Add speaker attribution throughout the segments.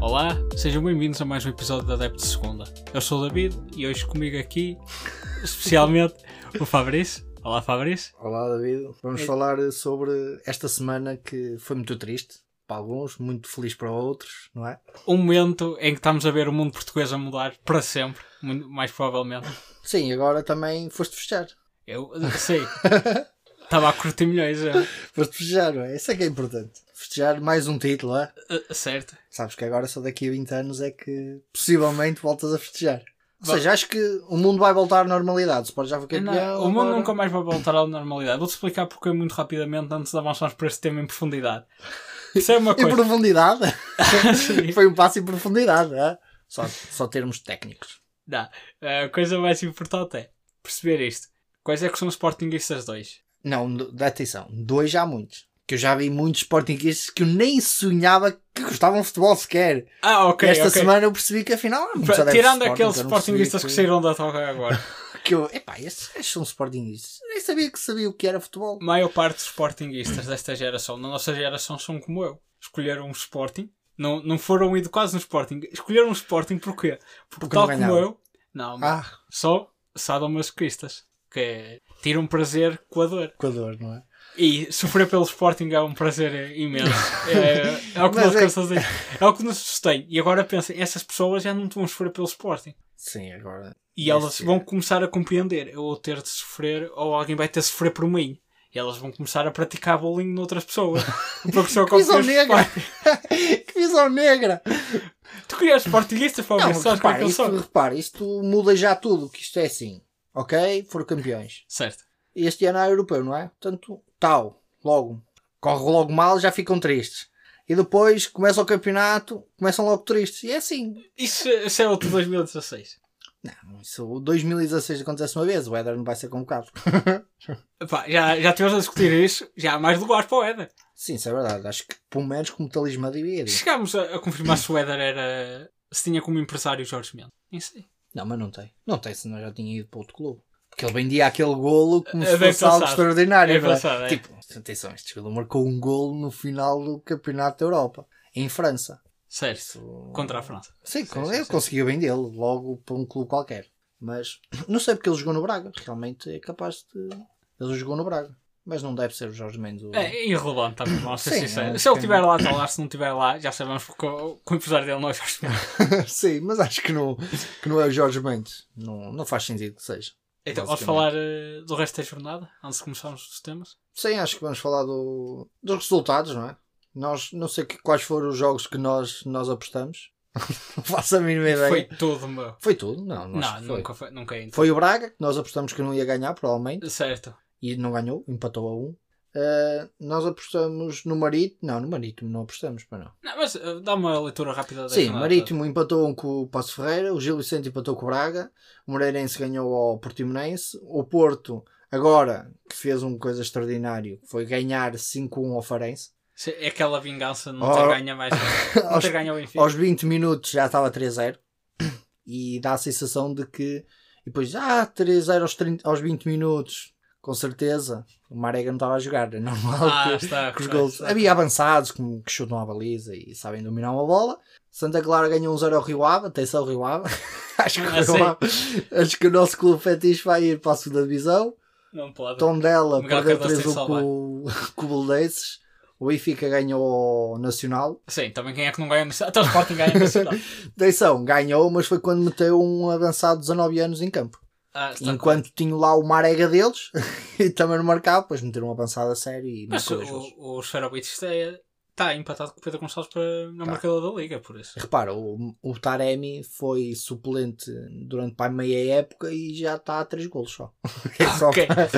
Speaker 1: Olá, sejam bem-vindos a mais um episódio da Adepto de Segunda. Eu sou o David e hoje comigo aqui, especialmente, o Fabrício. Olá, Fabrício.
Speaker 2: Olá, David. Vamos falar sobre esta semana que foi muito triste para alguns, muito feliz para outros, não é?
Speaker 1: Um momento em que estamos a ver o mundo português a mudar para sempre, muito- mais provavelmente.
Speaker 2: Sim, agora também foste festejar.
Speaker 1: Eu sei. Estava a curtir milhões, é. eu.
Speaker 2: Foste festejar, não é? Isso é que é importante. Festejar mais um título, é?
Speaker 1: Eh, certo.
Speaker 2: Sabes que agora só daqui a 20 anos é que possivelmente voltas a festejar. Ou seja, acho que o mundo vai voltar à normalidade. Se pode já foi
Speaker 1: Não,
Speaker 2: campeão.
Speaker 1: o mundo
Speaker 2: é, agora-
Speaker 1: nunca mais vai voltar à normalidade. Vou-te explicar porque muito rapidamente antes de avançarmos para este tema em profundidade. Isso é uma
Speaker 2: Em
Speaker 1: coisa. assim.
Speaker 2: profundidade.
Speaker 1: Sim.
Speaker 2: foi um passo em profundidade, é? Só, só termos técnicos.
Speaker 1: Dá. A coisa mais importante é perceber isto. Quais é que são os Sportingistas dois?
Speaker 2: Não, do- da atenção, dois já há muitos. Que eu já vi muitos sportinguistas que eu nem sonhava que gostavam de futebol sequer.
Speaker 1: Ah, ok,
Speaker 2: Esta
Speaker 1: ok.
Speaker 2: semana eu percebi que afinal eram muitos adeptos de
Speaker 1: Tirando
Speaker 2: Sporting,
Speaker 1: aqueles
Speaker 2: eu não percebi
Speaker 1: Sportingistas que saíram da toca agora,
Speaker 2: que eu, epá, estes estes são sportinguistas. Nem sabia que sabia o que era futebol.
Speaker 1: a maior parte dos Sportingistas desta geração, da nossa geração, são como eu. Escolheram um Sporting, não, não foram educados no Sporting. Escolheram um Sporting porquê? Porque,
Speaker 2: Porque
Speaker 1: tal
Speaker 2: não
Speaker 1: como
Speaker 2: ganhavam.
Speaker 1: eu, não,
Speaker 2: Ah,
Speaker 1: só sadomasoquistas, que tiram prazer com a dor.
Speaker 2: Equador, não é?
Speaker 1: E sofrer pelo Sporting é um prazer imenso. É, é o que
Speaker 2: Mas
Speaker 1: nós
Speaker 2: é-
Speaker 1: cansamos de- é o que nos sustém. E agora pensem, essas pessoas já não vão sofrer pelo Sporting.
Speaker 2: Sim, agora.
Speaker 1: E
Speaker 2: Isso
Speaker 1: elas
Speaker 2: é.
Speaker 1: vão começar a compreender. Eu vou ter de sofrer, ou alguém vai ter de sofrer por mim. E elas vão começar a praticar bullying noutras pessoas. Porque são
Speaker 2: visão
Speaker 1: campeões de
Speaker 2: negra!
Speaker 1: Sporting.
Speaker 2: que visão negra!
Speaker 1: Tu querias Sportingistas para
Speaker 2: Não,
Speaker 1: ver só como é
Speaker 2: repara,
Speaker 1: que eles
Speaker 2: isto,
Speaker 1: são.
Speaker 2: repara, isto muda já tudo, que isto é assim. Ok? Foram campeões.
Speaker 1: Certo.
Speaker 2: E este ano há europeu, não é? Portanto, tal, logo. Corre logo mal, já ficam tristes. E depois começa o campeonato, começam logo tristes. E é assim.
Speaker 1: Isso, isso é outro 2016.
Speaker 2: Não, isso o 2016 acontece uma vez, o Éder não vai ser convocado.
Speaker 1: Epá, já, já tivemos a discutir isso. Já há mais lugares para o Éder.
Speaker 2: Sim, isso é verdade. Acho que pelo menos como talismã devia. ir.
Speaker 1: Chegámos a, a confirmar se o Éder era. se tinha como empresário Jorge é. Mendes. Nem sei.
Speaker 2: Não, mas não tem. Não tem, senão já tinha ido para outro clube. Porque ele vendia aquele golo como
Speaker 1: É
Speaker 2: se
Speaker 1: bem
Speaker 2: fosse algo
Speaker 1: passado.
Speaker 2: extraordinário.
Speaker 1: É
Speaker 2: não é?
Speaker 1: passado, é.
Speaker 2: Tipo, atenção, este jogador marcou um golo no final do Campeonato da Europa, em França.
Speaker 1: Certo. Contra a França.
Speaker 2: Sim,
Speaker 1: Sim,
Speaker 2: com-
Speaker 1: sim,
Speaker 2: eu
Speaker 1: sim.
Speaker 2: conseguia vendê-lo logo para um clube qualquer. Mas não sei porque ele jogou no Braga. Realmente é capaz de. Ele jogou no Braga. Mas não deve ser o Jorge Mendes. o-
Speaker 1: É irrelevante também, vamos ser
Speaker 2: Sim,
Speaker 1: sinceros.
Speaker 2: é,
Speaker 1: se ele
Speaker 2: tem-
Speaker 1: estiver lá, está lá. Se não estiver lá, já sabemos que o, que o empresário dele não é Jorge Mendes.
Speaker 2: Sim, mas acho que não, que não é o Jorge Mendes. Não, não faz sentido que seja.
Speaker 1: Então, podes
Speaker 2: Basicamente.
Speaker 1: falar eh, do resto da jornada, antes de começarmos os temas?
Speaker 2: Sim, acho que vamos falar do, dos resultados, não é? Nós, não sei que- quais foram os jogos que nós, nós apostamos. não faço a mínima ideia.
Speaker 1: Foi
Speaker 2: Foi,
Speaker 1: todo meu.
Speaker 2: tudo? Não, é- não,
Speaker 1: Não,
Speaker 2: acho que foi.
Speaker 1: nunca foi. Nunca é. então.
Speaker 2: Foi o Braga, que nós apostamos que não ia ganhar, provavelmente.
Speaker 1: Certo.
Speaker 2: E não ganhou, empatou a um. Ah, nós apostamos no Marítimo. Não, no Marítimo não apostamos, para não.
Speaker 1: Não, mas eh, dá uma leitura rápida da
Speaker 2: Sim,
Speaker 1: jornada
Speaker 2: Marítimo empatou um com o Passo Ferreira, o Gil Vicente empatou com o Braga, o Moreirense ganhou ao Portimonense, o Porto, agora, que fez uma coisa extraordinária, que foi ganhar 5-1 ao Farense.
Speaker 1: toda. Se- É aquela vingança de não
Speaker 2: Oh.
Speaker 1: ter ganho mais. não
Speaker 2: aos,
Speaker 1: ter ganho o Benfica.
Speaker 2: aos 20 minutos já estava 3-0 e dá a sensação de que e depois, ah, 3-0 aos, 30 aos 20 minutos, com certeza, o Marega não estava a jogar, é normal
Speaker 1: Ah,
Speaker 2: que-
Speaker 1: está.
Speaker 2: que os
Speaker 1: está,
Speaker 2: gols.
Speaker 1: está.
Speaker 2: Havia avançados que, que chutam a baliza e sabem dominar uma bola. Santa Clara ganhou 1-0 ao Rio Ave. Atenção, Rio Ave. acho, que o
Speaker 1: Ah, sim.
Speaker 2: Rio Ave- acho que o nosso clube fetiche vai ir para a segunda divisão.
Speaker 1: Não pode.
Speaker 2: então- Tondela
Speaker 1: Miguel
Speaker 2: perdeu
Speaker 1: Cardoso tem
Speaker 2: 3-1
Speaker 1: salvar.
Speaker 2: com, o- com o Boldenses. O Benfica ganhou ao Nacional.
Speaker 1: Sim, também quem é que não ganha no Até o Sporting ganha no Nacional.
Speaker 2: Atenção, ganhou, mas foi quando meteu um avançado de 19 anos em campo.
Speaker 1: Ah, está
Speaker 2: Enquanto tinha lá o Marega deles e também não marcava, depois meteram um avançado a sério e
Speaker 1: Mas
Speaker 2: marcou dois gols.
Speaker 1: o, o Sferovic está, está empatado com o Pedro Gonçalves para, na
Speaker 2: Tá.
Speaker 1: marcadora da Liga, por isso.
Speaker 2: Repara, o, o Taremi foi suplente durante para meia época e já está a três golos só. É só
Speaker 1: Ok.
Speaker 2: para,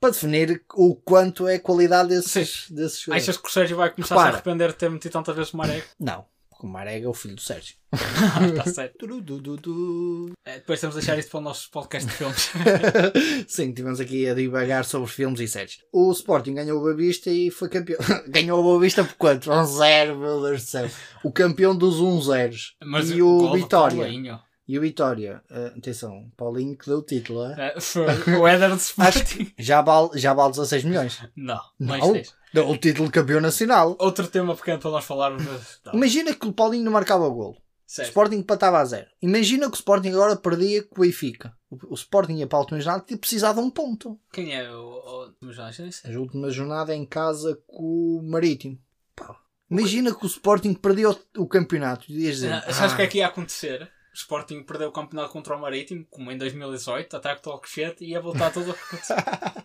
Speaker 2: para definir o quanto é a qualidade desses, desses jogadores.
Speaker 1: Achas que o Sérgio vai começar a se
Speaker 2: É. Repara.
Speaker 1: arrepender de ter metido tantas vezes o Maré?
Speaker 2: Não, porque o Marega é o filho do Sérgio.
Speaker 1: está Ah, tá certo.
Speaker 2: Du, du, du, du.
Speaker 1: É, depois temos de deixar isto para o nosso podcast de filmes.
Speaker 2: Sim, estivemos aqui a divagar sobre filmes e séries. O Sporting ganhou o Boa Vista e foi campeão. ganhou o Boa Vista por quanto? 1-0, meu Deus do céu. O campeão dos 1-0.
Speaker 1: Mas
Speaker 2: E
Speaker 1: o
Speaker 2: o
Speaker 1: gol do
Speaker 2: Vitória?
Speaker 1: Paulinho.
Speaker 2: E o Vitória, eh, atenção, Paulinho que deu o título, é?
Speaker 1: Eh, foi o Éder de Sporting.
Speaker 2: Já vale, já vale 16 milhões.
Speaker 1: Não, mais
Speaker 2: Não.
Speaker 1: 10.
Speaker 2: Deu o título de campeão nacional.
Speaker 1: Outro tema pequeno para nós falarmos. mas- Não,
Speaker 2: Imagina que o Paulinho não marcava golo. O
Speaker 1: sério.
Speaker 2: Sporting empatava a zero. Imagina que o Sporting agora perdia com o Benfica. O, o Sporting ia para a última jornada e precisava de um ponto.
Speaker 1: Quem é o. o... Mas não, já nem
Speaker 2: A
Speaker 1: sei.
Speaker 2: última jornada é em casa com o Marítimo. Pá, Imagina que o Sporting perdia o, o campeonato. E ias dizer,
Speaker 1: Ah, Sabes o que
Speaker 2: "Ah,
Speaker 1: é que ia acontecer? O Sporting perdeu o campeonato contra o Marítimo, como em 2018, ataque do Alcochete, e ia voltar tudo a acontecer.
Speaker 2: "Ah,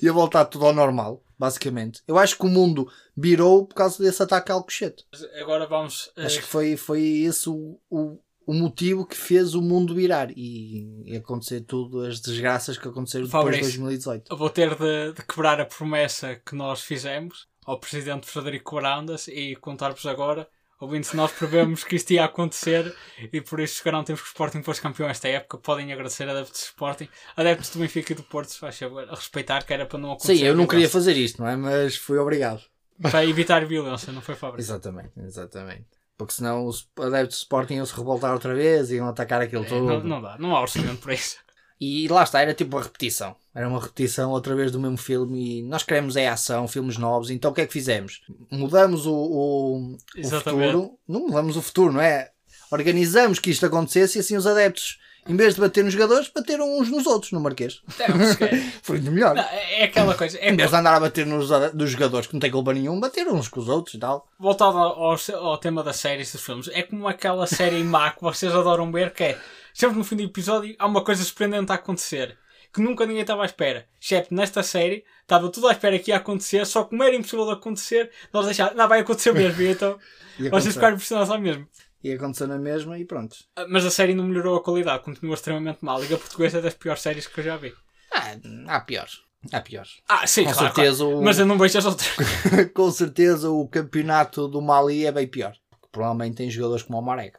Speaker 2: ia voltar tudo ao normal, basicamente. Eu acho que o mundo virou por causa desse ataque ao cochete.
Speaker 1: Mas Agora vamos. eh,
Speaker 2: Acho que foi, foi esse o, o, o motivo que fez o mundo virar e, e acontecer tudo, as desgraças que aconteceram depois de
Speaker 1: Fabrício.
Speaker 2: 2018.
Speaker 1: Vou ter de, de quebrar a promessa que nós fizemos ao presidente Frederico Arandas e contar-vos agora. Ouvindo se nós prevemos que isto ia acontecer e por isso garantemos que o Sporting fosse campeão esta época. Podem agradecer adeptos do Sporting, adeptos do Benfica e do Porto, se faz favor, a respeitar que era para não acontecer.
Speaker 2: Sim, eu não queria
Speaker 1: violência.
Speaker 2: fazer isto, não é? Mas fui obrigado.
Speaker 1: Para evitar violência, não foi Fabrício?
Speaker 2: Exatamente, exatamente. Porque senão os adeptos de Sporting iam se revoltar outra vez e iam atacar aquilo
Speaker 1: É,
Speaker 2: tudo.
Speaker 1: não, não dá, não há orçamento para isso.
Speaker 2: E lá está, era tipo uma repetição. Era uma repetição outra vez do mesmo filme e nós queremos é ação, filmes novos, então o que é que fizemos? Mudamos o, o, o
Speaker 1: Exatamente.
Speaker 2: futuro. Não mudamos o futuro, não é? Organizamos que isto acontecesse e assim os adeptos, em vez de bater nos jogadores, bateram uns nos outros no Marquês.
Speaker 1: Não, mas que-
Speaker 2: Foi muito melhor.
Speaker 1: não, é é aquela coisa. É
Speaker 2: Em vez de andar a bater nos, ade- nos jogadores que não tem culpa nenhuma, bateram uns com os outros e tal.
Speaker 1: voltado ao, ao- ao tema das séries dos filmes, é como aquela série má que vocês adoram ver, que é sempre no fim do episódio há uma coisa surpreendente a acontecer. Que nunca ninguém estava à espera. Excepto nesta série, estava tudo à espera que ia acontecer, só que como era impossível de acontecer, nós deixámos, não vai acontecer mesmo, e então
Speaker 2: E
Speaker 1: vocês
Speaker 2: aconteceu.
Speaker 1: ficaram impressionados ao mesmo.
Speaker 2: E aconteceu na mesma e pronto.
Speaker 1: Ah, Mas a série não melhorou a qualidade, continua extremamente mal. A Liga Portuguesa é das piores séries que eu já vi.
Speaker 2: Ah, há piores. Há piores.
Speaker 1: Ah, sim,
Speaker 2: Com
Speaker 1: claro.
Speaker 2: certeza
Speaker 1: claro.
Speaker 2: o-
Speaker 1: Mas eu não vejo as outras.
Speaker 2: Com certeza o campeonato do Mali é bem pior. Porque Provavelmente tem jogadores como o Marega.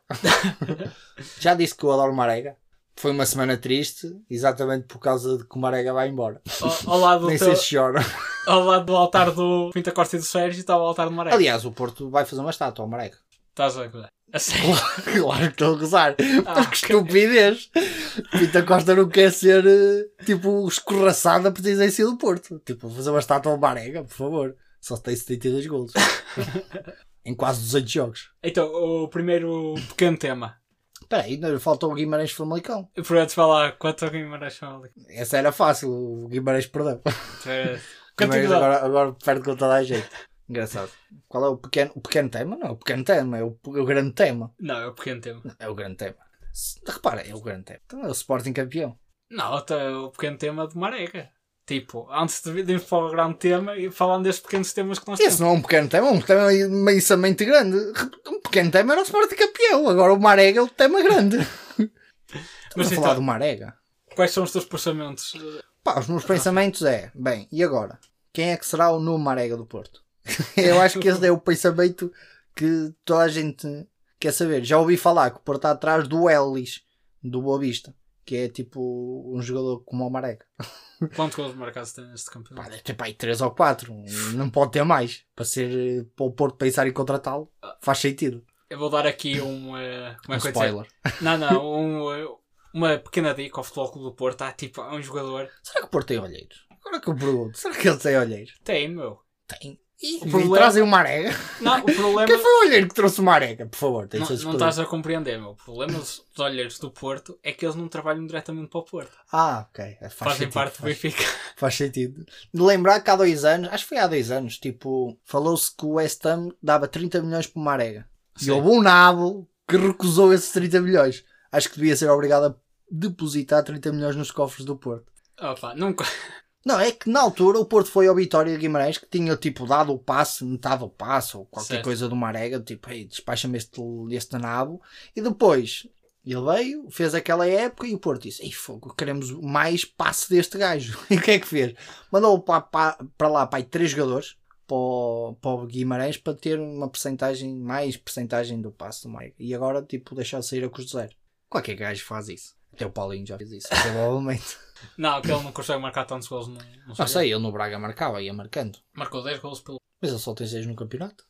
Speaker 2: Já disse que eu adoro o Marega. Foi uma semana triste, exatamente por causa de que o Marega vai embora.
Speaker 1: Ao, ao lado do
Speaker 2: Nem
Speaker 1: teu-
Speaker 2: sei se chora.
Speaker 1: ao lado do altar do Pinta Costa e do Sérgio estava o altar do Maré.
Speaker 2: Aliás, o Porto vai fazer uma estátua ao Marega.
Speaker 1: Estás a gozar. A sério.
Speaker 2: Claro que estou a gozar.
Speaker 1: Ah,
Speaker 2: Mas que estupidez! Pinta Costa não quer ser eh, tipo escorraçada por dizer do Porto. Tipo, fazer uma estátua ao Marega, por favor. Só tem 72 golos. em quase 200 jogos.
Speaker 1: Então, o primeiro pequeno tema.
Speaker 2: Espera aí, ainda falta o Guimarães Famalicão.
Speaker 1: Por antes, vai lá, quanto alguém merece ali?
Speaker 2: Essa era fácil, o Guimarães perdeu. O Guimarães
Speaker 1: Continuidade.
Speaker 2: agora, agora perde com toda a gente. Engraçado. Qual é o pequeno, o pequeno tema? Não, é o pequeno tema, é o, é o grande tema.
Speaker 1: Não, é o pequeno tema.
Speaker 2: É o grande tema. Se- Repara, é o grande tema. Então é o Sporting campeão.
Speaker 1: Não, até o pequeno tema de Marega. Tipo, antes de de irmos para o grande tema e falando destes pequenos temas que nós
Speaker 2: Esse
Speaker 1: temos.
Speaker 2: não é um pequeno tema, é um tema imensamente grande. Um pequeno tema era o Sporting campeão. Agora o Marega é o tema grande. Estamos
Speaker 1: Mas
Speaker 2: a
Speaker 1: então-
Speaker 2: falar do Marega.
Speaker 1: Quais são os teus pensamentos?
Speaker 2: Pá, os meus pensamentos é, bem, e agora? Quem é que será o novo Marega do Porto? Eu acho que esse é o pensamento que toda a gente quer saber. Já ouvi falar que o Porto está atrás do Ellis, do Boa Vista, que é tipo um jogador como o Marega.
Speaker 1: Quantos gols marcados tem neste
Speaker 2: Pá,
Speaker 1: campeonato?
Speaker 2: deve ter pá, aí 3 ou 4, não pode ter mais. Para ser eh, para o Porto pensar em contratá-lo, faz sentido.
Speaker 1: Eu vou dar aqui um. eh, como é
Speaker 2: Um
Speaker 1: que eu ia dizer?
Speaker 2: spoiler.
Speaker 1: Não, não, um, eh, uma pequena dica ao Futebol Clube do Porto. Há tipo, há um jogador.
Speaker 2: Será que o Porto tem olheiros? Agora que eu pergunto, será que ele tem olheiros?
Speaker 1: Tem, meu.
Speaker 2: Tem. E,
Speaker 1: O problema-
Speaker 2: trazem o Marega.
Speaker 1: Não, o problema.
Speaker 2: Quem foi o olheiro que trouxe o Marega? Por favor, tem
Speaker 1: Não,
Speaker 2: seus
Speaker 1: não estás a compreender, meu. O problema dos dos olheiros do Porto é que eles não trabalham diretamente para o Porto.
Speaker 2: Ah, ok. Faz
Speaker 1: Fazem
Speaker 2: sentido,
Speaker 1: parte do
Speaker 2: faz,
Speaker 1: Benfica.
Speaker 2: faz sentido. De lembrar que há dois anos, acho que foi há dois anos, tipo, falou-se que o West Ham dava 30 milhões para o Marega. E
Speaker 1: Sim.
Speaker 2: houve um nabo que recusou esses 30 milhões. Acho que devia ser obrigado a depositar 30 milhões nos cofres do Porto.
Speaker 1: Opa, nunca.
Speaker 2: Não, é que na altura o Porto foi ao Vitória de Guimarães que tinha tipo dado o passe, metade o passe ou qualquer
Speaker 1: Certo.
Speaker 2: coisa do Marega, tipo, ei, despacha-me este, este nabo. E depois ele veio, fez aquela época e o Porto disse: ei, fogo, queremos mais passe deste gajo. E o que é que fez? Mandou para, para, para lá pai, três jogadores para o, para o Guimarães para ter uma percentagem, mais percentagem do passe do Marega. E agora, tipo, deixar sair a custo zero. Qualquer gajo faz isso. Até o Paulinho já fez isso, provavelmente.
Speaker 1: Não, que ele não consegue marcar tantos gols. Não, não
Speaker 2: Não Ah, sei, ele no Braga marcava, ia marcando.
Speaker 1: Marcou 10 gols pelo.
Speaker 2: Mas ele só tem 6 no campeonato.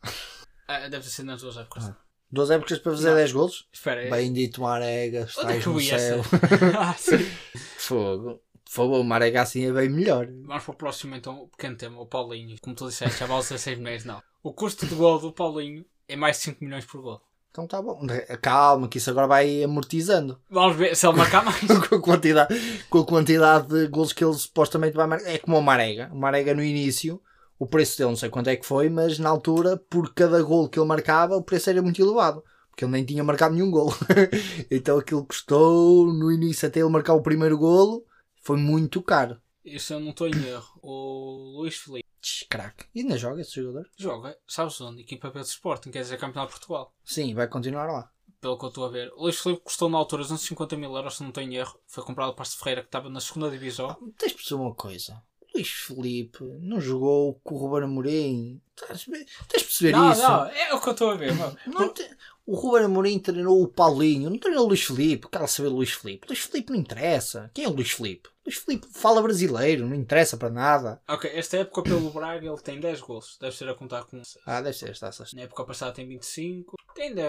Speaker 1: Ah, deve ter sido nas duas épocas.
Speaker 2: Duas épocas para fazer
Speaker 1: Não.
Speaker 2: 10 golos?
Speaker 1: Espera aí.
Speaker 2: Bendito Marega,
Speaker 1: Onde é
Speaker 2: estás
Speaker 1: que eu
Speaker 2: no
Speaker 1: ia
Speaker 2: céu.
Speaker 1: ser? ah, sim.
Speaker 2: Fogo. Por favor, Marega assim é bem melhor.
Speaker 1: Vamos para o próximo então, o pequeno tema, o Paulinho. Como tu disseste, já vale 16 milhões, não. O custo de gol do Paulinho é mais de 5 milhões por gol.
Speaker 2: Então tá bom. Calma, que isso agora vai amortizando.
Speaker 1: Vamos ver se ele marcar mais.
Speaker 2: com, a quantidade, com a quantidade de golos que ele supostamente vai marcar. É como o Marega. O Marega no início, o preço dele não sei quanto é que foi, mas na altura, por cada gol que ele marcava, o preço era muito elevado. Porque ele nem tinha marcado nenhum gol. então aquilo custou, no início, até ele marcar o primeiro golo, foi muito caro.
Speaker 1: Isso eu não estou em erro. O Luís Felipe
Speaker 2: Tch, Craque. E ainda joga esse jogador?
Speaker 1: joga, sabes onde? Equipa B do Sporting, quer dizer, campeonato de Portugal.
Speaker 2: Sim, vai continuar lá.
Speaker 1: pelo que eu estou a ver. O Luís Filipe custou na altura 250 mil euros, se não tenho erro. Foi comprado para Passo Ferreira, que estava na segunda divisão.
Speaker 2: Tens de perceber uma coisa. Luís Felipe não jogou com o Ruben Amorim. Tens de tens de perceber
Speaker 1: não,
Speaker 2: isso?
Speaker 1: não, é o que eu estou a ver. Mano.
Speaker 2: Não te- O Ruben Amorim treinou o Paulinho, não treinou o Luís Filipe. Quero saber do Luís Filipe. Luís Filipe não interessa. Quem é o Luís Filipe? Luís Filipe fala brasileiro, não interessa para nada.
Speaker 1: Ok, esta época pelo Braga ele tem 10 gols. Deve ser a contar com.
Speaker 2: Ah, deve ser esta a sexta.
Speaker 1: Na época passada tem 25. Ainda,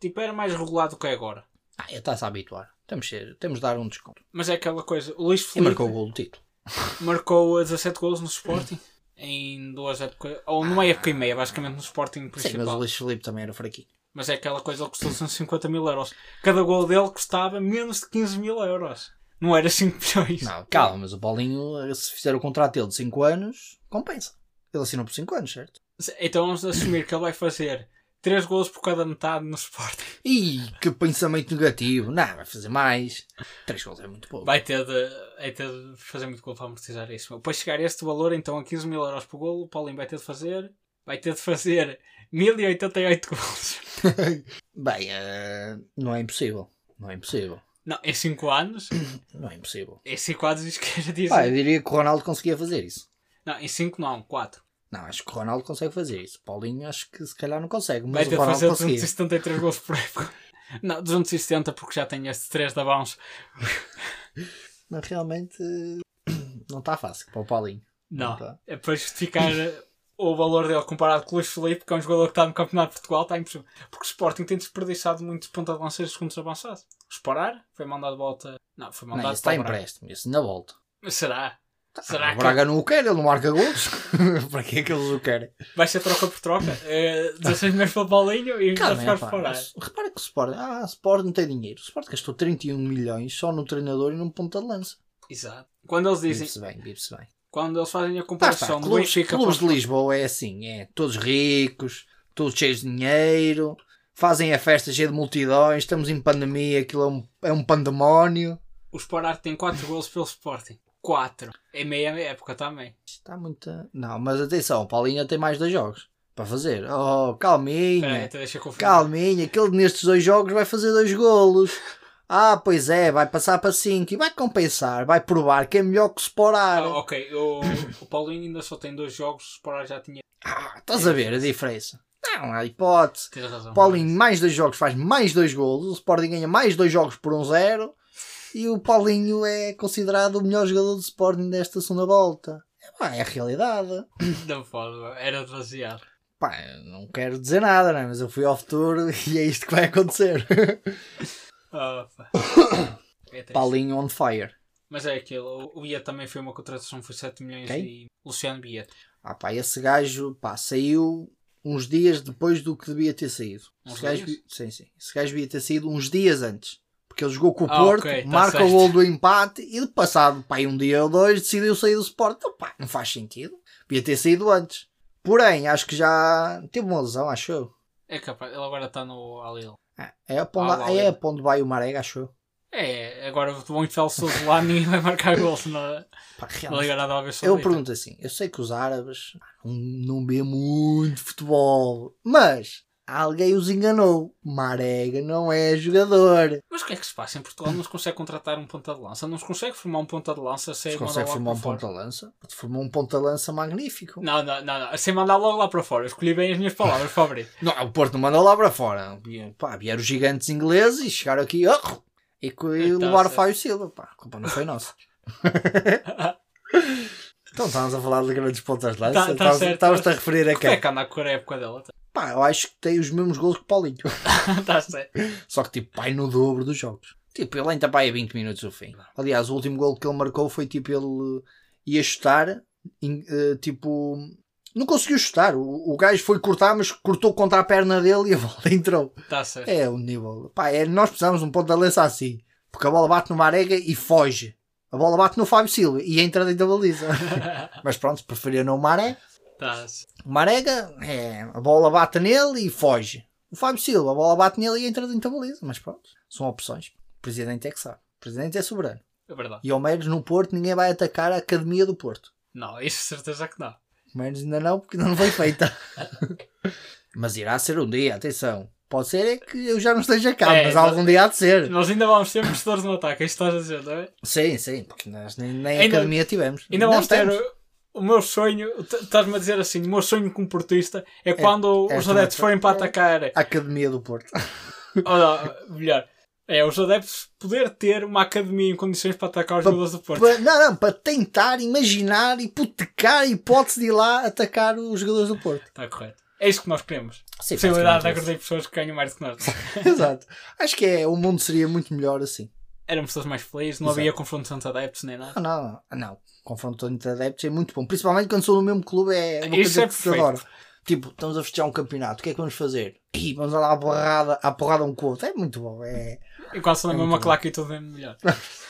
Speaker 1: tipo, era mais regulado do que é agora.
Speaker 2: Ah, ele está-se a habituar. Temos de, ser- temos de dar um desconto.
Speaker 1: Mas é aquela coisa. O Luís
Speaker 2: E
Speaker 1: Filipe
Speaker 2: marcou
Speaker 1: marcou.
Speaker 2: o gol do título.
Speaker 1: 17 gols no Sporting. Em duas épocas, ou numa época e meia, basicamente no Sporting
Speaker 2: Sim,
Speaker 1: principal.
Speaker 2: mas o
Speaker 1: mas,
Speaker 2: Luís Filipe também era fraquinho.
Speaker 1: é aquela coisa, ele custou 250 mil euros. Cada gol dele custava menos de 15 mil euros. Não era 5 milhões.
Speaker 2: Não, calma, mas o Paulinho, eh, se fizer o contrato dele de 5 anos, compensa. Ele assinou por 5 anos, certo?
Speaker 1: Então vamos assumir que ele vai fazer 3 golos por cada metade no Sporting.
Speaker 2: Ih, que pensamento negativo. Não, vai fazer mais. 3 gols é muito pouco.
Speaker 1: Vai ter de, vai ter de fazer muito gol para amortizar isso. Para chegar a este valor, então a 15 mil euros por golo, o Paulinho vai ter de fazer. Vai ter de fazer 1088 golos.
Speaker 2: Bem, eh, não é impossível. Não é impossível.
Speaker 1: Não, é 5 anos.
Speaker 2: Não é impossível.
Speaker 1: É 5 anos, isto quer dizer.
Speaker 2: Pá, eu diria que o Ronaldo conseguia fazer isso.
Speaker 1: Não, em 5 não, 4.
Speaker 2: Não, acho que o Ronaldo consegue fazer isso. O Paulinho acho que se calhar não consegue,
Speaker 1: Vai
Speaker 2: mas
Speaker 1: ter
Speaker 2: o
Speaker 1: de fazer
Speaker 2: Ronaldo conseguia.
Speaker 1: 273 golos por época. Não, 270 porque já tem este 3 da Bounce.
Speaker 2: Mas realmente eh, não está fácil para o Paulinho.
Speaker 1: Não,
Speaker 2: tá.
Speaker 1: é para justificar eh, o valor dele comparado com o Luís Filipe, que é um jogador que está no Campeonato de Portugal, está impossível. Porque o Sporting tem desperdiçado muitos ponta de lanceiro segundos avançados. O Sparar foi mandado de volta. Não, foi
Speaker 2: Não,
Speaker 1: mandado
Speaker 2: esse está
Speaker 1: para
Speaker 2: em
Speaker 1: o Braga.
Speaker 2: empréstimo, esse ainda volta. Tá,
Speaker 1: Mas será? Será
Speaker 2: o
Speaker 1: que
Speaker 2: Braga não o quer, ele não marca gols. para que é que eles o querem?
Speaker 1: vai ser troca por troca? Eh, 16 milhões para o Paulinho e vai
Speaker 2: Calma,
Speaker 1: ficar para
Speaker 2: é, pá,
Speaker 1: o Sparar.
Speaker 2: mas repara que o Sport, ah, o Sport não tem dinheiro. O Sport gastou 31 milhões só no treinador e num ponta de lança.
Speaker 1: Exato. Quando eles dizem,
Speaker 2: Vive-se bem, vive-se bem.
Speaker 1: quando eles fazem a
Speaker 2: Lá
Speaker 1: comparação
Speaker 2: está,
Speaker 1: do
Speaker 2: Tá, clubes,
Speaker 1: Benfica
Speaker 2: clubes
Speaker 1: para o-
Speaker 2: de Lisboa é assim, é todos ricos, todos cheios de dinheiro, fazem a festa cheia de multidões, estamos em pandemia, aquilo é um, é um pandemónio.
Speaker 1: o Sparar tem 4 golos pelo Sporting. 4. É meia época também.
Speaker 2: Está muita. Não, mas atenção, o Paulinho tem mais dois jogos para fazer. Oh, calminha,
Speaker 1: Espera aí, até deixa eu confirmar.
Speaker 2: calminha, que ele nestes dois jogos vai fazer dois golos. Ah, pois é, vai passar para cinco e vai compensar, vai provar que é melhor que separar.
Speaker 1: Ah, ok, o, o Paulinho ainda só tem dois jogos, o Sparar já tinha.
Speaker 2: Ah, estás a ver a diferença? Não há hipótese.
Speaker 1: Tens razão.
Speaker 2: Paulinho mais dois jogos faz mais dois golos, o Sporting ganha mais dois jogos por um zero e o Paulinho é considerado o melhor jogador do Sporting desta segunda volta. É, pá, é a realidade.
Speaker 1: Não pode, era demasiado.
Speaker 2: Pá, eu não quero dizer nada, né? mas eu fui ao futuro e é isto que vai acontecer.
Speaker 1: Ah, pá. É triste.
Speaker 2: Paulinho on fire.
Speaker 1: Mas é aquilo, o Biet também foi uma contratação, foi 7 milhões
Speaker 2: Quem?
Speaker 1: e Luciano Biet.
Speaker 2: Ah, pá, esse gajo pá, saiu uns dias depois do que devia ter saído.
Speaker 1: Uns
Speaker 2: Esse gajo,
Speaker 1: dias?
Speaker 2: sim, sim. Esse gajo devia ter saído uns dias antes. Porque ele jogou com o
Speaker 1: Ah,
Speaker 2: Porto,
Speaker 1: ok, tá
Speaker 2: marca
Speaker 1: certo.
Speaker 2: o gol do empate e de passado pá, aí um dia ou dois decidiu sair do Sport. Então, pá, não faz sentido. Devia ter saído antes. Porém, acho que já teve uma lesão, acho eu.
Speaker 1: É capaz, ele agora está no Alil.
Speaker 2: Ah, é para onde,
Speaker 1: Ah, lá,
Speaker 2: é
Speaker 1: ali.
Speaker 2: para onde vai o Marega, acho eu.
Speaker 1: É, agora o Bonifel Souza lá, ninguém vai marcar gols na
Speaker 2: Pá,
Speaker 1: na
Speaker 2: realmente.
Speaker 1: Liga da Arábia Saudita.
Speaker 2: Eu pergunto assim, eu sei que os árabes não, não vê muito futebol, mas alguém os enganou. Marega não é jogador.
Speaker 1: Mas o que é que se passa? Em Portugal não se consegue contratar um ponta de lança, não se consegue formar um ponta de lança sem
Speaker 2: Se
Speaker 1: mandar
Speaker 2: consegue
Speaker 1: logo
Speaker 2: formar
Speaker 1: para
Speaker 2: um
Speaker 1: fora.
Speaker 2: ponta-lança? Formou um ponta-lança magnífico.
Speaker 1: Não, não, não, não, sem mandar logo lá para fora. Eu escolhi bem as minhas palavras, Fabrício.
Speaker 2: Não, o Porto não mandou lá para fora. Pá, vieram os gigantes ingleses e chegaram aqui oh, e, co- e
Speaker 1: Então,
Speaker 2: levaram o
Speaker 1: certo.
Speaker 2: Fábio Silva. Pá, a culpa não foi nossa. então estávamos a falar de grandes pontas de lança.
Speaker 1: Tá- tá
Speaker 2: Estávamos-
Speaker 1: certo.
Speaker 2: Estávamos-te a referir a
Speaker 1: Quem é
Speaker 2: quem?
Speaker 1: que anda a correr a época dela? tá?
Speaker 2: Pá, eu acho que tem os mesmos gols que o Paulinho.
Speaker 1: Está certo.
Speaker 2: Só que tipo, pai no dobro dos jogos. Tipo, ele ainda vai a 20 minutos do fim. Aliás, o último gol que ele marcou foi tipo, ele ia chutar, em- eh, tipo, não conseguiu chutar. O, o gajo foi cortar, mas cortou contra a perna dele e a bola entrou.
Speaker 1: Está tá certo.
Speaker 2: É o nível. Pá, é, nós precisamos de um ponto de lança assim. Porque a bola bate no Marega e foge. A bola bate no Fábio Silva e entra dentro da baliza. mas pronto, preferia não o Maré.
Speaker 1: Está tá certo.
Speaker 2: O Marega, é, a bola bate nele e foge. O Fábio Silva, a bola bate nele e entra dentro da baliza. Mas pronto, são opções. O presidente é que sabe. O presidente é soberano.
Speaker 1: É verdade.
Speaker 2: E ao menos no Porto ninguém vai atacar a Academia do Porto.
Speaker 1: Não, isso certeza que não.
Speaker 2: Ao menos ainda não, porque ainda não foi feita. mas irá ser um dia, atenção. Pode ser é que eu já não esteja cá,
Speaker 1: É,
Speaker 2: mas
Speaker 1: nós-
Speaker 2: algum dia há de ser.
Speaker 1: Nós ainda vamos ter prestadores no ataque, é isto que estás a dizer, não é?
Speaker 2: Sim, sim, porque nós nem, nem
Speaker 1: Ainda-
Speaker 2: academia tivemos.
Speaker 1: Ainda
Speaker 2: Não
Speaker 1: vamos ter
Speaker 2: temos.
Speaker 1: o- o meu sonho, t- estás-me a dizer assim, o meu sonho como portista é quando os
Speaker 2: esta
Speaker 1: adeptos
Speaker 2: noite-
Speaker 1: forem para
Speaker 2: é.
Speaker 1: atacar
Speaker 2: A Academia do Porto.
Speaker 1: Ou não, melhor. É os adeptos poder ter uma academia em condições para atacar os
Speaker 2: Pa-
Speaker 1: jogadores do Porto.
Speaker 2: Pa- não, não, para tentar imaginar, hipotecar a hipótese de ir lá atacar os jogadores do Porto.
Speaker 1: Está correto. É isso que nós queremos.
Speaker 2: Sim,
Speaker 1: Possibilidade de
Speaker 2: basicamente
Speaker 1: agredir pessoas que ganham mais do que nós.
Speaker 2: isso. Exato. Acho que é, o mundo seria muito melhor assim.
Speaker 1: Éramos pessoas mais felizes, não
Speaker 2: Exato.
Speaker 1: havia confrontos entre adeptos nem nada.
Speaker 2: Ah, não, ah, não. Confronto entre adeptos é muito bom. Principalmente quando sou no mesmo clube, é uma
Speaker 1: Isso
Speaker 2: coisa
Speaker 1: é
Speaker 2: que se
Speaker 1: perfeito.
Speaker 2: adora. Tipo, estamos a festejar um campeonato, o que é que vamos fazer? Ih, vamos lá à porrada, à porrada um com o outro. É muito bom, é
Speaker 1: E quando são na
Speaker 2: É
Speaker 1: mesma
Speaker 2: muito
Speaker 1: claque e tudo é melhor.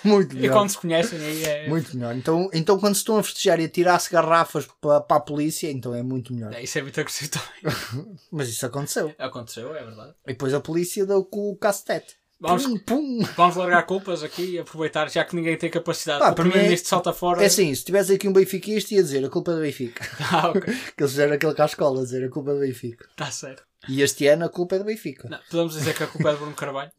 Speaker 2: muito
Speaker 1: E
Speaker 2: melhor.
Speaker 1: quando se conhecem aí é.
Speaker 2: Muito melhor. Então, então quando se estão a festejar e a tirar-se garrafas para a polícia, então é muito melhor.
Speaker 1: É, Isso é muito agressivo também.
Speaker 2: Mas isso aconteceu.
Speaker 1: Aconteceu, é verdade.
Speaker 2: E depois a polícia deu com o cacetete.
Speaker 1: Vamos,
Speaker 2: Pum, pum.
Speaker 1: vamos largar culpas aqui e aproveitar, já que ninguém tem capacidade.
Speaker 2: Pá,
Speaker 1: o
Speaker 2: para mim é-
Speaker 1: primeiro-ministro salta fora.
Speaker 2: É assim, se tivesse aqui um benfiquista ia dizer a culpa é do Benfica.
Speaker 1: Ah, ok.
Speaker 2: Que eles fizeram aquele cá à escola, a dizer a culpa é do Benfica.
Speaker 1: Está certo.
Speaker 2: E este ano a culpa é do Benfica.
Speaker 1: Não, podemos dizer que a culpa é de Bruno Carvalho.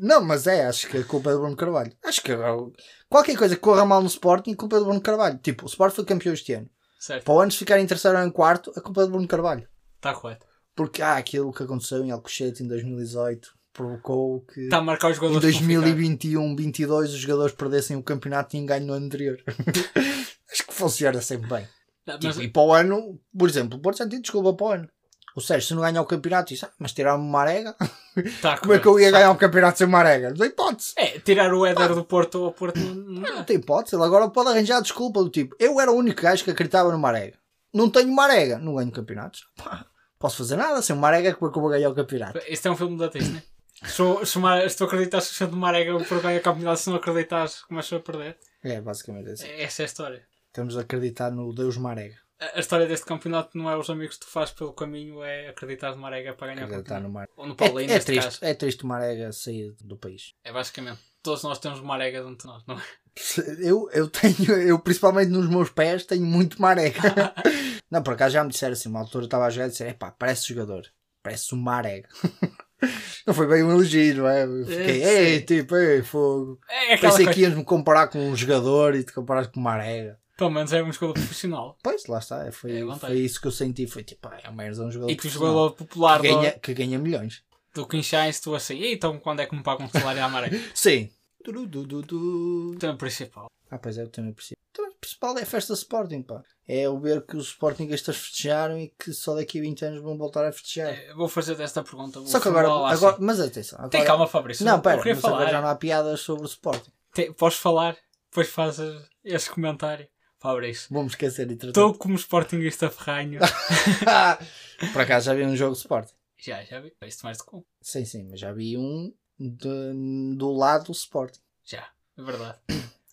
Speaker 2: Não, mas é, acho que a culpa é do Bruno Carvalho. Acho que agora, qualquer coisa que corra mal no Sporting, a culpa é do Bruno Carvalho. Tipo, o Sporting foi campeão este ano.
Speaker 1: Certo.
Speaker 2: Para o ano se ficar em terceiro ou em quarto, a culpa é do Bruno Carvalho.
Speaker 1: Está correto.
Speaker 2: Porque há aquilo que aconteceu em Alcochete em 2018 provocou que
Speaker 1: Está Tá a marcar os
Speaker 2: em
Speaker 1: jogadores. que vão ficar.
Speaker 2: 2021, 22 os jogadores perdessem o campeonato e tinham ganho no ano anterior. acho que funciona sempre bem.
Speaker 1: Não,
Speaker 2: Tipo,
Speaker 1: mas-
Speaker 2: E para o ano, por exemplo, o Porto Santinho desculpa para o ano. O Sérgio, se não ganhar o campeonato, disse, ah, mas tiraram-me uma arega.
Speaker 1: Tá,
Speaker 2: Como é que eu ia ganhar o campeonato sem uma arega? Não tem hipótese.
Speaker 1: É, tirar o Éder do Porto ao Porto não
Speaker 2: Não
Speaker 1: dá.
Speaker 2: tem hipótese. Ele agora pode arranjar desculpa do tipo, eu era o único gajo que acreditava no Marega. Não tenho Marega, não ganho campeonatos. Pá, posso fazer nada sem o Marega, como é que eu vou ganhar o campeonato?
Speaker 1: Isto é um filme da Disney. Se, eu- se, uma- se tu acreditas que o Santo Marega por ganha o campeonato, se não acreditares, começas a perder.
Speaker 2: É, basicamente assim.
Speaker 1: Essa é a história.
Speaker 2: Temos de acreditar no Deus Marega.
Speaker 1: A, a história deste campeonato não é os amigos que tu fazes pelo caminho, é acreditar no Marega para ganhar o
Speaker 2: Acreditar
Speaker 1: campeonato.
Speaker 2: no Marega.
Speaker 1: Ou no Paulinho,
Speaker 2: É, é
Speaker 1: neste
Speaker 2: triste,
Speaker 1: caso.
Speaker 2: é triste o Marega sair do país.
Speaker 1: É basicamente. Todos nós temos Marega dentro de nós, não é?
Speaker 2: Eu, eu tenho, eu principalmente nos meus pés, tenho muito marega. não, por acaso já me disseram assim, uma altura eu estava a jogar e disseram, epá, parece jogador, parece um marega. não foi bem um elogio, não é? Eu Fiquei,
Speaker 1: É,
Speaker 2: ei,
Speaker 1: sim.
Speaker 2: tipo, ei, fogo.
Speaker 1: É aquela
Speaker 2: Pensei
Speaker 1: coisa.
Speaker 2: que ias-me comparar com um jogador e te comparar com um marega.
Speaker 1: Pelo menos é uma escola profissional.
Speaker 2: Pois, lá está, foi,
Speaker 1: É vantagem.
Speaker 2: foi isso que eu senti, foi tipo, ah, é o menos um jogador
Speaker 1: E que o
Speaker 2: profissional
Speaker 1: jogador popular
Speaker 2: que ganha,
Speaker 1: do,
Speaker 2: que ganha milhões.
Speaker 1: do Quinchães, tu assim, "E então quando é que me pagam o salário à Marega?
Speaker 2: Sim. Du, du, du, du.
Speaker 1: Então é o principal.
Speaker 2: Ah, pois é, o tema principal. O tema principal é a festa do Sporting, pá. É o ver que os Sportingistas festejaram e que só daqui a 20 anos vão voltar a festejar.
Speaker 1: É, Vou fazer desta pergunta. vou
Speaker 2: só que agora,
Speaker 1: formulá-la assim.
Speaker 2: agora. Mas atenção, agora.
Speaker 1: Tem calma, Fabrício.
Speaker 2: Não,
Speaker 1: eu
Speaker 2: pera,
Speaker 1: queria
Speaker 2: mas agora já
Speaker 1: falar.
Speaker 2: não há piadas sobre o Sporting.
Speaker 1: Te- podes falar, depois fazes esse comentário. Fabrício.
Speaker 2: Vamos esquecer de tratar.
Speaker 1: Estou como Sportingista ferranho.
Speaker 2: Por acaso já vi um jogo de Sporting.
Speaker 1: já, já vi. Isto mais do que um.
Speaker 2: Sim, sim, mas já vi um de- do lado do Sporting.
Speaker 1: Já, é verdade.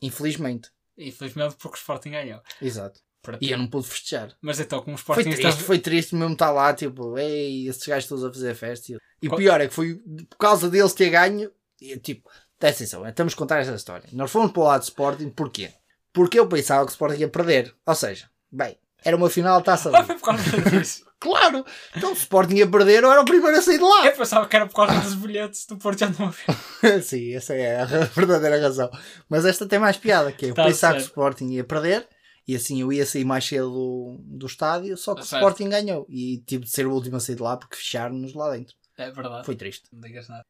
Speaker 2: Infelizmente.
Speaker 1: Infelizmente porque o Sporting ganhou.
Speaker 2: Exato.
Speaker 1: Para ti.
Speaker 2: E eu não pude festejar.
Speaker 1: Mas então, como
Speaker 2: Foi
Speaker 1: Sportingista.
Speaker 2: triste, foi triste mesmo estar lá, tipo, ei, esses gajos todos a fazer festa. E eu- E o
Speaker 1: Qual-
Speaker 2: pior é que foi por causa deles ter ganho, e, tipo, presta atenção, eh, temos que contar esta história. Nós fomos para o lado do Sporting, porquê? Porque eu pensava que o Sporting ia perder. Ou seja, bem, era uma final de taça
Speaker 1: Ah,
Speaker 2: livre.
Speaker 1: foi por causa disso.
Speaker 2: Claro! Então o Sporting ia perder, eu era o primeiro a sair de lá.
Speaker 1: Eu pensava que era por causa dos bilhetes do Porto já não havia.
Speaker 2: Sim, essa é a ra- verdadeira razão. Mas esta tem mais piada, que é eu
Speaker 1: Tá
Speaker 2: pensava que o
Speaker 1: certo.
Speaker 2: Sporting ia perder e assim eu ia sair mais cedo do, do estádio, só que
Speaker 1: Tá
Speaker 2: o
Speaker 1: certo.
Speaker 2: Sporting ganhou e tive de ser o último a sair de lá porque fecharam-nos lá dentro.
Speaker 1: É verdade.
Speaker 2: Foi triste,
Speaker 1: Não digas nada.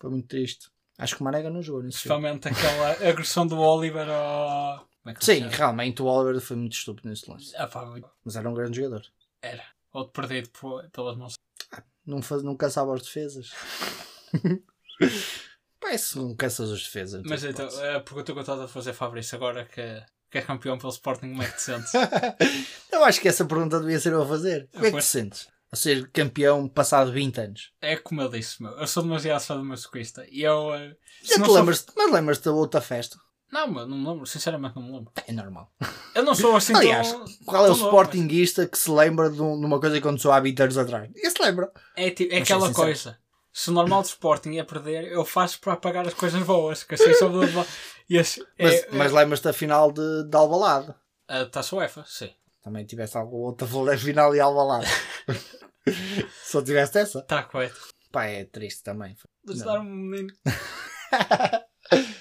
Speaker 2: foi muito triste. Acho que o Marega não jogou nisso.
Speaker 1: Principalmente aquela agressão do Oliver ao. Como é que ele se
Speaker 2: Sim,
Speaker 1: chama?
Speaker 2: realmente o Oliver foi muito estúpido nesse lance,
Speaker 1: Ah, pá,
Speaker 2: mas era um grande jogador.
Speaker 1: Era. Ou de perdido por- pelas mãos.
Speaker 2: Não, faz, não caçava as defesas. Parece que não caças as defesas.
Speaker 1: Mas
Speaker 2: tipo,
Speaker 1: então,
Speaker 2: pode-se.
Speaker 1: a pergunta que eu estava a fazer, Fabrício, agora que, que é campeão pelo Sporting, como é que te sentes?
Speaker 2: eu acho que essa pergunta devia ser eu a fazer. Como é que
Speaker 1: Pois.
Speaker 2: te sentes? A ser campeão passado 20 anos.
Speaker 1: é como eu disse, meu. Eu sou demasiado fã do meu socorrista. E eu. eh, se
Speaker 2: Já
Speaker 1: não
Speaker 2: te
Speaker 1: sou-
Speaker 2: lembras, mas lembras-te da outra festa?
Speaker 1: Não, meu, não me lembro. Sinceramente, não me lembro.
Speaker 2: É normal.
Speaker 1: Eu não sou assim
Speaker 2: Aliás,
Speaker 1: tão.
Speaker 2: Qual é o
Speaker 1: tão novo, mas-
Speaker 2: sportinguista que se lembra de, um- de uma coisa que aconteceu há 20 anos atrás? Ninguém se lembra.
Speaker 1: É, tipo, é
Speaker 2: Mas sou
Speaker 1: aquela
Speaker 2: sincero.
Speaker 1: coisa. Se o normal do Sporting é perder, eu faço para apagar as coisas boas, que assim sou do E esse,
Speaker 2: Mas,
Speaker 1: é,
Speaker 2: mas lembras-te da final de, de Alvalade.
Speaker 1: A Taça UEFA, sim.
Speaker 2: Também tiveste alguma outra da final de Alvalade. Só tiveste essa?
Speaker 1: Está correto.
Speaker 2: Pá, é triste também.
Speaker 1: De
Speaker 2: Não.
Speaker 1: dar um menino.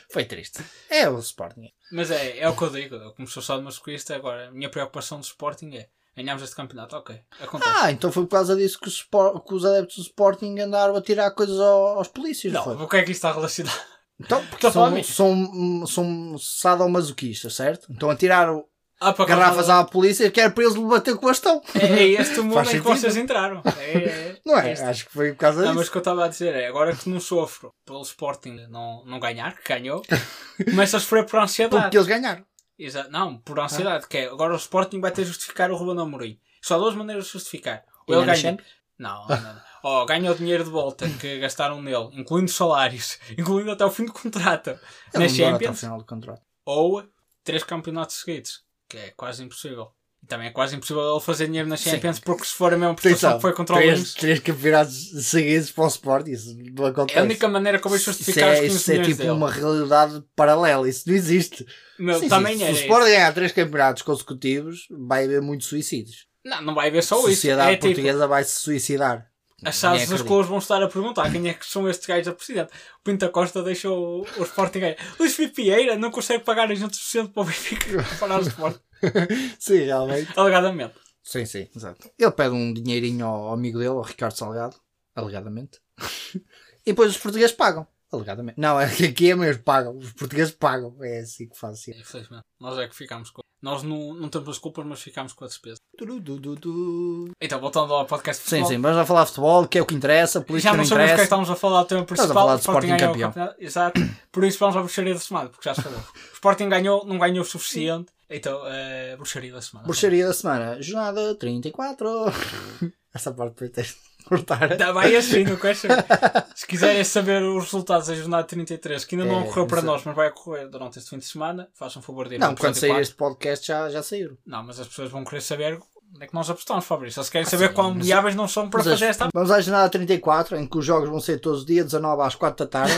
Speaker 2: Foi triste. É o Sporting.
Speaker 1: Mas é, é o que eu digo. Eu comecei só de masculista, agora a minha preocupação do Sporting é ganharmos este campeonato. Ok, acontece.
Speaker 2: Ah, então foi por causa disso que, o Spor- que os adeptos do Sporting andaram a tirar coisas ao- aos polícias, não,
Speaker 1: não,
Speaker 2: foi?
Speaker 1: o que é que isto está relacionado?
Speaker 2: Então, porque
Speaker 1: Então
Speaker 2: são,
Speaker 1: fala-me.
Speaker 2: são, são sadomasoquistas, certo? Então atiraram
Speaker 1: Ah, para
Speaker 2: garrafas à polícia que era para eles lhe bater com o bastão.
Speaker 1: É, é este o mundo
Speaker 2: Faz
Speaker 1: em que
Speaker 2: sentido.
Speaker 1: vocês entraram. É, é,
Speaker 2: Não é?
Speaker 1: este.
Speaker 2: Acho que foi por causa
Speaker 1: Não,
Speaker 2: disso.
Speaker 1: mas o que eu estava a dizer é, agora que não sofro pelo Sporting não, não ganhar, que ganhou, mas a sofrer por ansiedade.
Speaker 2: Porque eles ganharam.
Speaker 1: Exa- Não, por ansiedade, que é agora o Sporting vai ter de justificar o Ruben Amorim. Só há duas maneiras de justificar. Ou ele
Speaker 2: Ganhar
Speaker 1: ganha. Não, não, não. Ou ganha o dinheiro de volta que gastaram nele, incluindo salários, incluindo até o fim do contrato na
Speaker 2: Eles não até o
Speaker 1: Champions,
Speaker 2: final do contrato.
Speaker 1: ou três campeonatos seguidos, que é quase impossível. E também é quase impossível ele fazer dinheiro na
Speaker 2: Sim.
Speaker 1: Champions, porque se for a mesma prestação que foi contra o
Speaker 2: três,
Speaker 1: Lens,
Speaker 2: três campeonatos seguidos para o Sporting. Isso não acontece.
Speaker 1: é a única maneira que eu vejo
Speaker 2: isso
Speaker 1: justificar
Speaker 2: é,
Speaker 1: os 15
Speaker 2: isso é
Speaker 1: milhões
Speaker 2: tipo
Speaker 1: dele.
Speaker 2: uma realidade paralela. Isso não existe.
Speaker 1: Meu,
Speaker 2: Sim, sim,
Speaker 1: também
Speaker 2: se
Speaker 1: era
Speaker 2: o
Speaker 1: isso.
Speaker 2: Sporting ganhar três campeonatos consecutivos, vai haver muitos suicídios.
Speaker 1: Não, não vai haver só
Speaker 2: a
Speaker 1: isso.
Speaker 2: sociedade
Speaker 1: É tipo,
Speaker 2: portuguesa vai se suicidar.
Speaker 1: As
Speaker 2: Nem
Speaker 1: chaves dos
Speaker 2: acredito.
Speaker 1: clubes vão estar a perguntar quem é que são estes gajos a presidente. O Pinta Costa deixou o, o Sporting ganhar. Luís Filipe Vieira não consegue pagar a gente o suficiente para o Benfica parar o Sporting.
Speaker 2: Sim, realmente.
Speaker 1: Alegadamente.
Speaker 2: Sim, sim, exato. Ele pede um dinheirinho ao amigo dele, ao Ricardo Salgado, alegadamente. e depois os portugueses pagam, alegadamente. Não, é que aqui é mesmo, pagam. Os portugueses pagam. É assim que faz. Assim.
Speaker 1: Infelizmente. Nós é que ficámos com. Nós não, não temos as culpas, mas ficámos com a despesa.
Speaker 2: Turududu.
Speaker 1: Então, voltando ao podcast
Speaker 2: Sim,
Speaker 1: pessoal.
Speaker 2: sim, vamos lá falar de futebol, que é o que interessa, por isso
Speaker 1: Já
Speaker 2: que
Speaker 1: não
Speaker 2: não
Speaker 1: sabemos o que é que
Speaker 2: interessa.
Speaker 1: estamos a falar do tema principal.
Speaker 2: Estás a falar
Speaker 1: o
Speaker 2: de
Speaker 1: Sporting,
Speaker 2: Sporting
Speaker 1: ganhou o
Speaker 2: campeão.
Speaker 1: campeonato. Exato. Por isso vamos à bruxaria da semana, porque já se falou. O Sporting ganhou, não ganhou o suficiente. Então, eh, bruxaria da semana.
Speaker 2: Bruxaria da semana, jornada 34. Essa parte foi ter de cortar.
Speaker 1: Tá bem assim, não queres saber. Se quiserem saber os resultados da jornada 33, que ainda não
Speaker 2: É,
Speaker 1: ocorreu para
Speaker 2: exato.
Speaker 1: nós, mas vai ocorrer durante este fim de semana, façam um favor de ir
Speaker 2: Não,
Speaker 1: ao
Speaker 2: quando sair
Speaker 1: 34.
Speaker 2: este podcast já, já saíram.
Speaker 1: Não, mas as pessoas vão querer saber onde é que nós apostamos, Fabrício. Só se querem
Speaker 2: Ah,
Speaker 1: saber
Speaker 2: sim,
Speaker 1: quão
Speaker 2: mas-
Speaker 1: viáveis não são para
Speaker 2: Mas
Speaker 1: fazer
Speaker 2: as-
Speaker 1: esta.
Speaker 2: Vamos à jornada 34, em que os jogos vão ser todos os dias, 19 às 4 da tarde.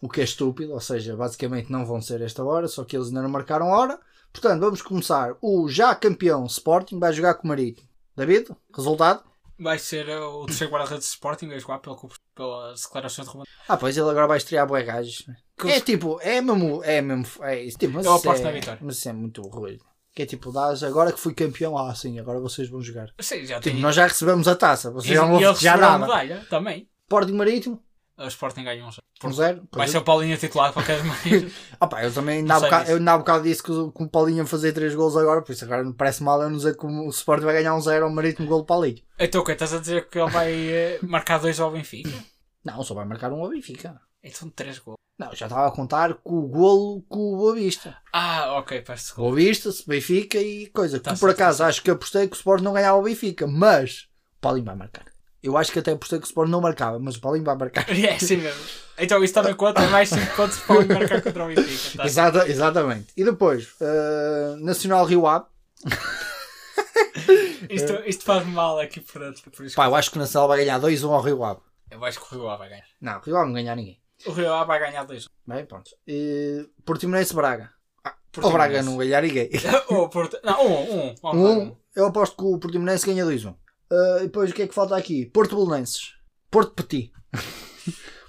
Speaker 2: o que é estúpido, ou seja, basicamente não vão ser esta hora, só que eles ainda não marcaram a hora. Portanto, vamos começar. O já campeão Sporting vai jogar com o Marítimo. David, resultado?
Speaker 1: Vai ser eh, o terceiro guarda-redes de Sporting a jogar pela, pelas declarações de Ruben.
Speaker 2: Ah, pois ele agora vai estrear bué gajos.
Speaker 1: Que-
Speaker 2: É tipo, é mesmo, é mesmo, é isso. Tipo, mas
Speaker 1: Eu
Speaker 2: isso
Speaker 1: aposto
Speaker 2: é-
Speaker 1: na vitória.
Speaker 2: Mas isso é muito ruim. Que é tipo, dás, agora que fui campeão, ah sim, agora vocês vão jogar.
Speaker 1: Sim, já
Speaker 2: Tipo,
Speaker 1: tem.
Speaker 2: nós já recebemos a taça,
Speaker 1: E,
Speaker 2: vocês já não
Speaker 1: e
Speaker 2: vão
Speaker 1: eles
Speaker 2: festejar
Speaker 1: receberam a
Speaker 2: nada.
Speaker 1: medalha também.
Speaker 2: Sporting Marítimo,
Speaker 1: O Sporting ganhou um jogo.
Speaker 2: 1-0.
Speaker 1: Vai ser o Paulinho a titular de qualquer maneira.
Speaker 2: Ah pá, eu também
Speaker 1: Não
Speaker 2: ainda há,
Speaker 1: sei
Speaker 2: bocado,
Speaker 1: disso.
Speaker 2: eu ainda há bocado disse que, o- que o Paulinho ia fazer 3 gols agora, por isso agora me parece mal eu não dizer que o Sporting vai ganhar um 0 ao Marítimo gol do Paulinho.
Speaker 1: Então, o que Estás a dizer que ele vai eh, marcar dois ao Benfica?
Speaker 2: Não, só vai marcar um ao Benfica.
Speaker 1: Então, três gols.
Speaker 2: Não, já estava a contar com o golo com o Boa Vista.
Speaker 1: Ah, ok, peço desculpa.
Speaker 2: Boa Vista, se Benfica e coisa.
Speaker 1: Tá
Speaker 2: que por
Speaker 1: certo,
Speaker 2: acaso acho que apostei que o Sporting não ganhava o Benfica, mas o Paulinho vai marcar. Eu acho que até apostei que o Sporting não marcava, mas o Paulinho vai marcar.
Speaker 1: É, sim mesmo. Então isso também conta, mais 5 pontos para o marcar contra o Benfica. Tá?
Speaker 2: Exata- exatamente. E depois, eh, Nacional Rio Ave.
Speaker 1: Isto, isto faz mal aqui por dentro. Por isso
Speaker 2: Pá, eu acho que o Nacional vai ganhar 2-1 ao Rio Ave.
Speaker 1: que eu acho que o Rio A vai ganhar.
Speaker 2: Não, o Rio Ave não ganhar ninguém.
Speaker 1: O Rio A vai ganhar 2.
Speaker 2: Bem, pronto. E Portimonense Braga.
Speaker 1: Ah,
Speaker 2: O Braga não ganhar ninguém.
Speaker 1: Ou Porto... Não, um, um. Vamos lá,
Speaker 2: Um, eu aposto que o Portimonense ganha 2-1. Ah, e depois o que é que falta aqui? Porto Bolonenses. Porto Petit.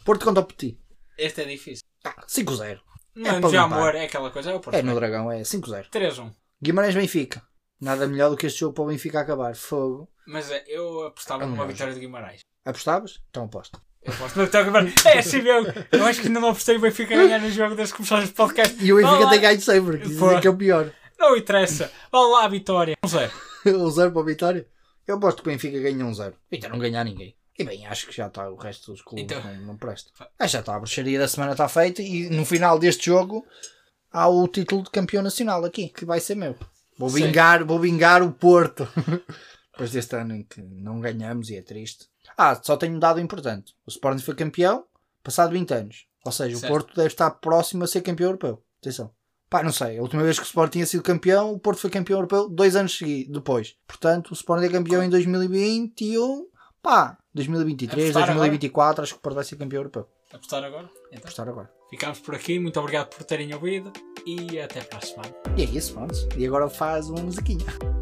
Speaker 2: Porto contra o Petit.
Speaker 1: Este é difícil.
Speaker 2: Ah, 5-0.
Speaker 1: Não,
Speaker 2: É
Speaker 1: é
Speaker 2: para
Speaker 1: de
Speaker 2: limpar.
Speaker 1: amor, é aquela coisa. É o Porto.
Speaker 2: É no Dragão, é 5-0.
Speaker 1: 3-1.
Speaker 2: Guimarães Benfica. Nada melhor do que este jogo para o Benfica acabar. Fogo.
Speaker 1: Mas é, eu apostava
Speaker 2: É um
Speaker 1: numa
Speaker 2: gajo.
Speaker 1: vitória de Guimarães.
Speaker 2: Apostavas? Então aposto.
Speaker 1: Eu aposto na vitória de Guimarães. É, sim mesmo. Eu acho que ainda não apostei o Benfica a ganhar no jogo desde que começaste o podcast.
Speaker 2: E
Speaker 1: Vá
Speaker 2: o Benfica
Speaker 1: lá.
Speaker 2: tem ganho sempre. que Dizem
Speaker 1: Pô.
Speaker 2: que é o pior.
Speaker 1: Não interessa. Vá lá, vitória. Um zero.
Speaker 2: O zero para a vitória. Eu aposto que o Benfica ganha um zero. Então não ganhar ninguém. E bem, acho que já está o resto dos clubes
Speaker 1: Então-
Speaker 2: não, não presta. Ah, já está, a bruxaria da semana está feita e no final deste jogo há o título de campeão nacional aqui, que vai ser meu. Vou
Speaker 1: Sim.
Speaker 2: vingar, vou vingar o Porto. Depois deste ano em que não ganhamos e é triste. Ah, só tenho um dado importante. O Sporting foi campeão passado 20 anos. Ou seja,
Speaker 1: Certo.
Speaker 2: o Porto deve estar próximo a ser campeão europeu. Atenção. Pá, não sei. A última vez que o Sporting tinha sido campeão, o Porto foi campeão europeu dois anos segui- depois. Portanto, o Sporting é campeão em 2021. Pá, 2023,
Speaker 1: Apostar agora?
Speaker 2: 2024, acho que o Porto vai ser campeão europeu.
Speaker 1: Apostar agora? Então,
Speaker 2: Apostar agora.
Speaker 1: ficamos por aqui. Muito obrigado por terem ouvido e até para a semana.
Speaker 2: E é isso, pronto. E agora faz uma musiquinha.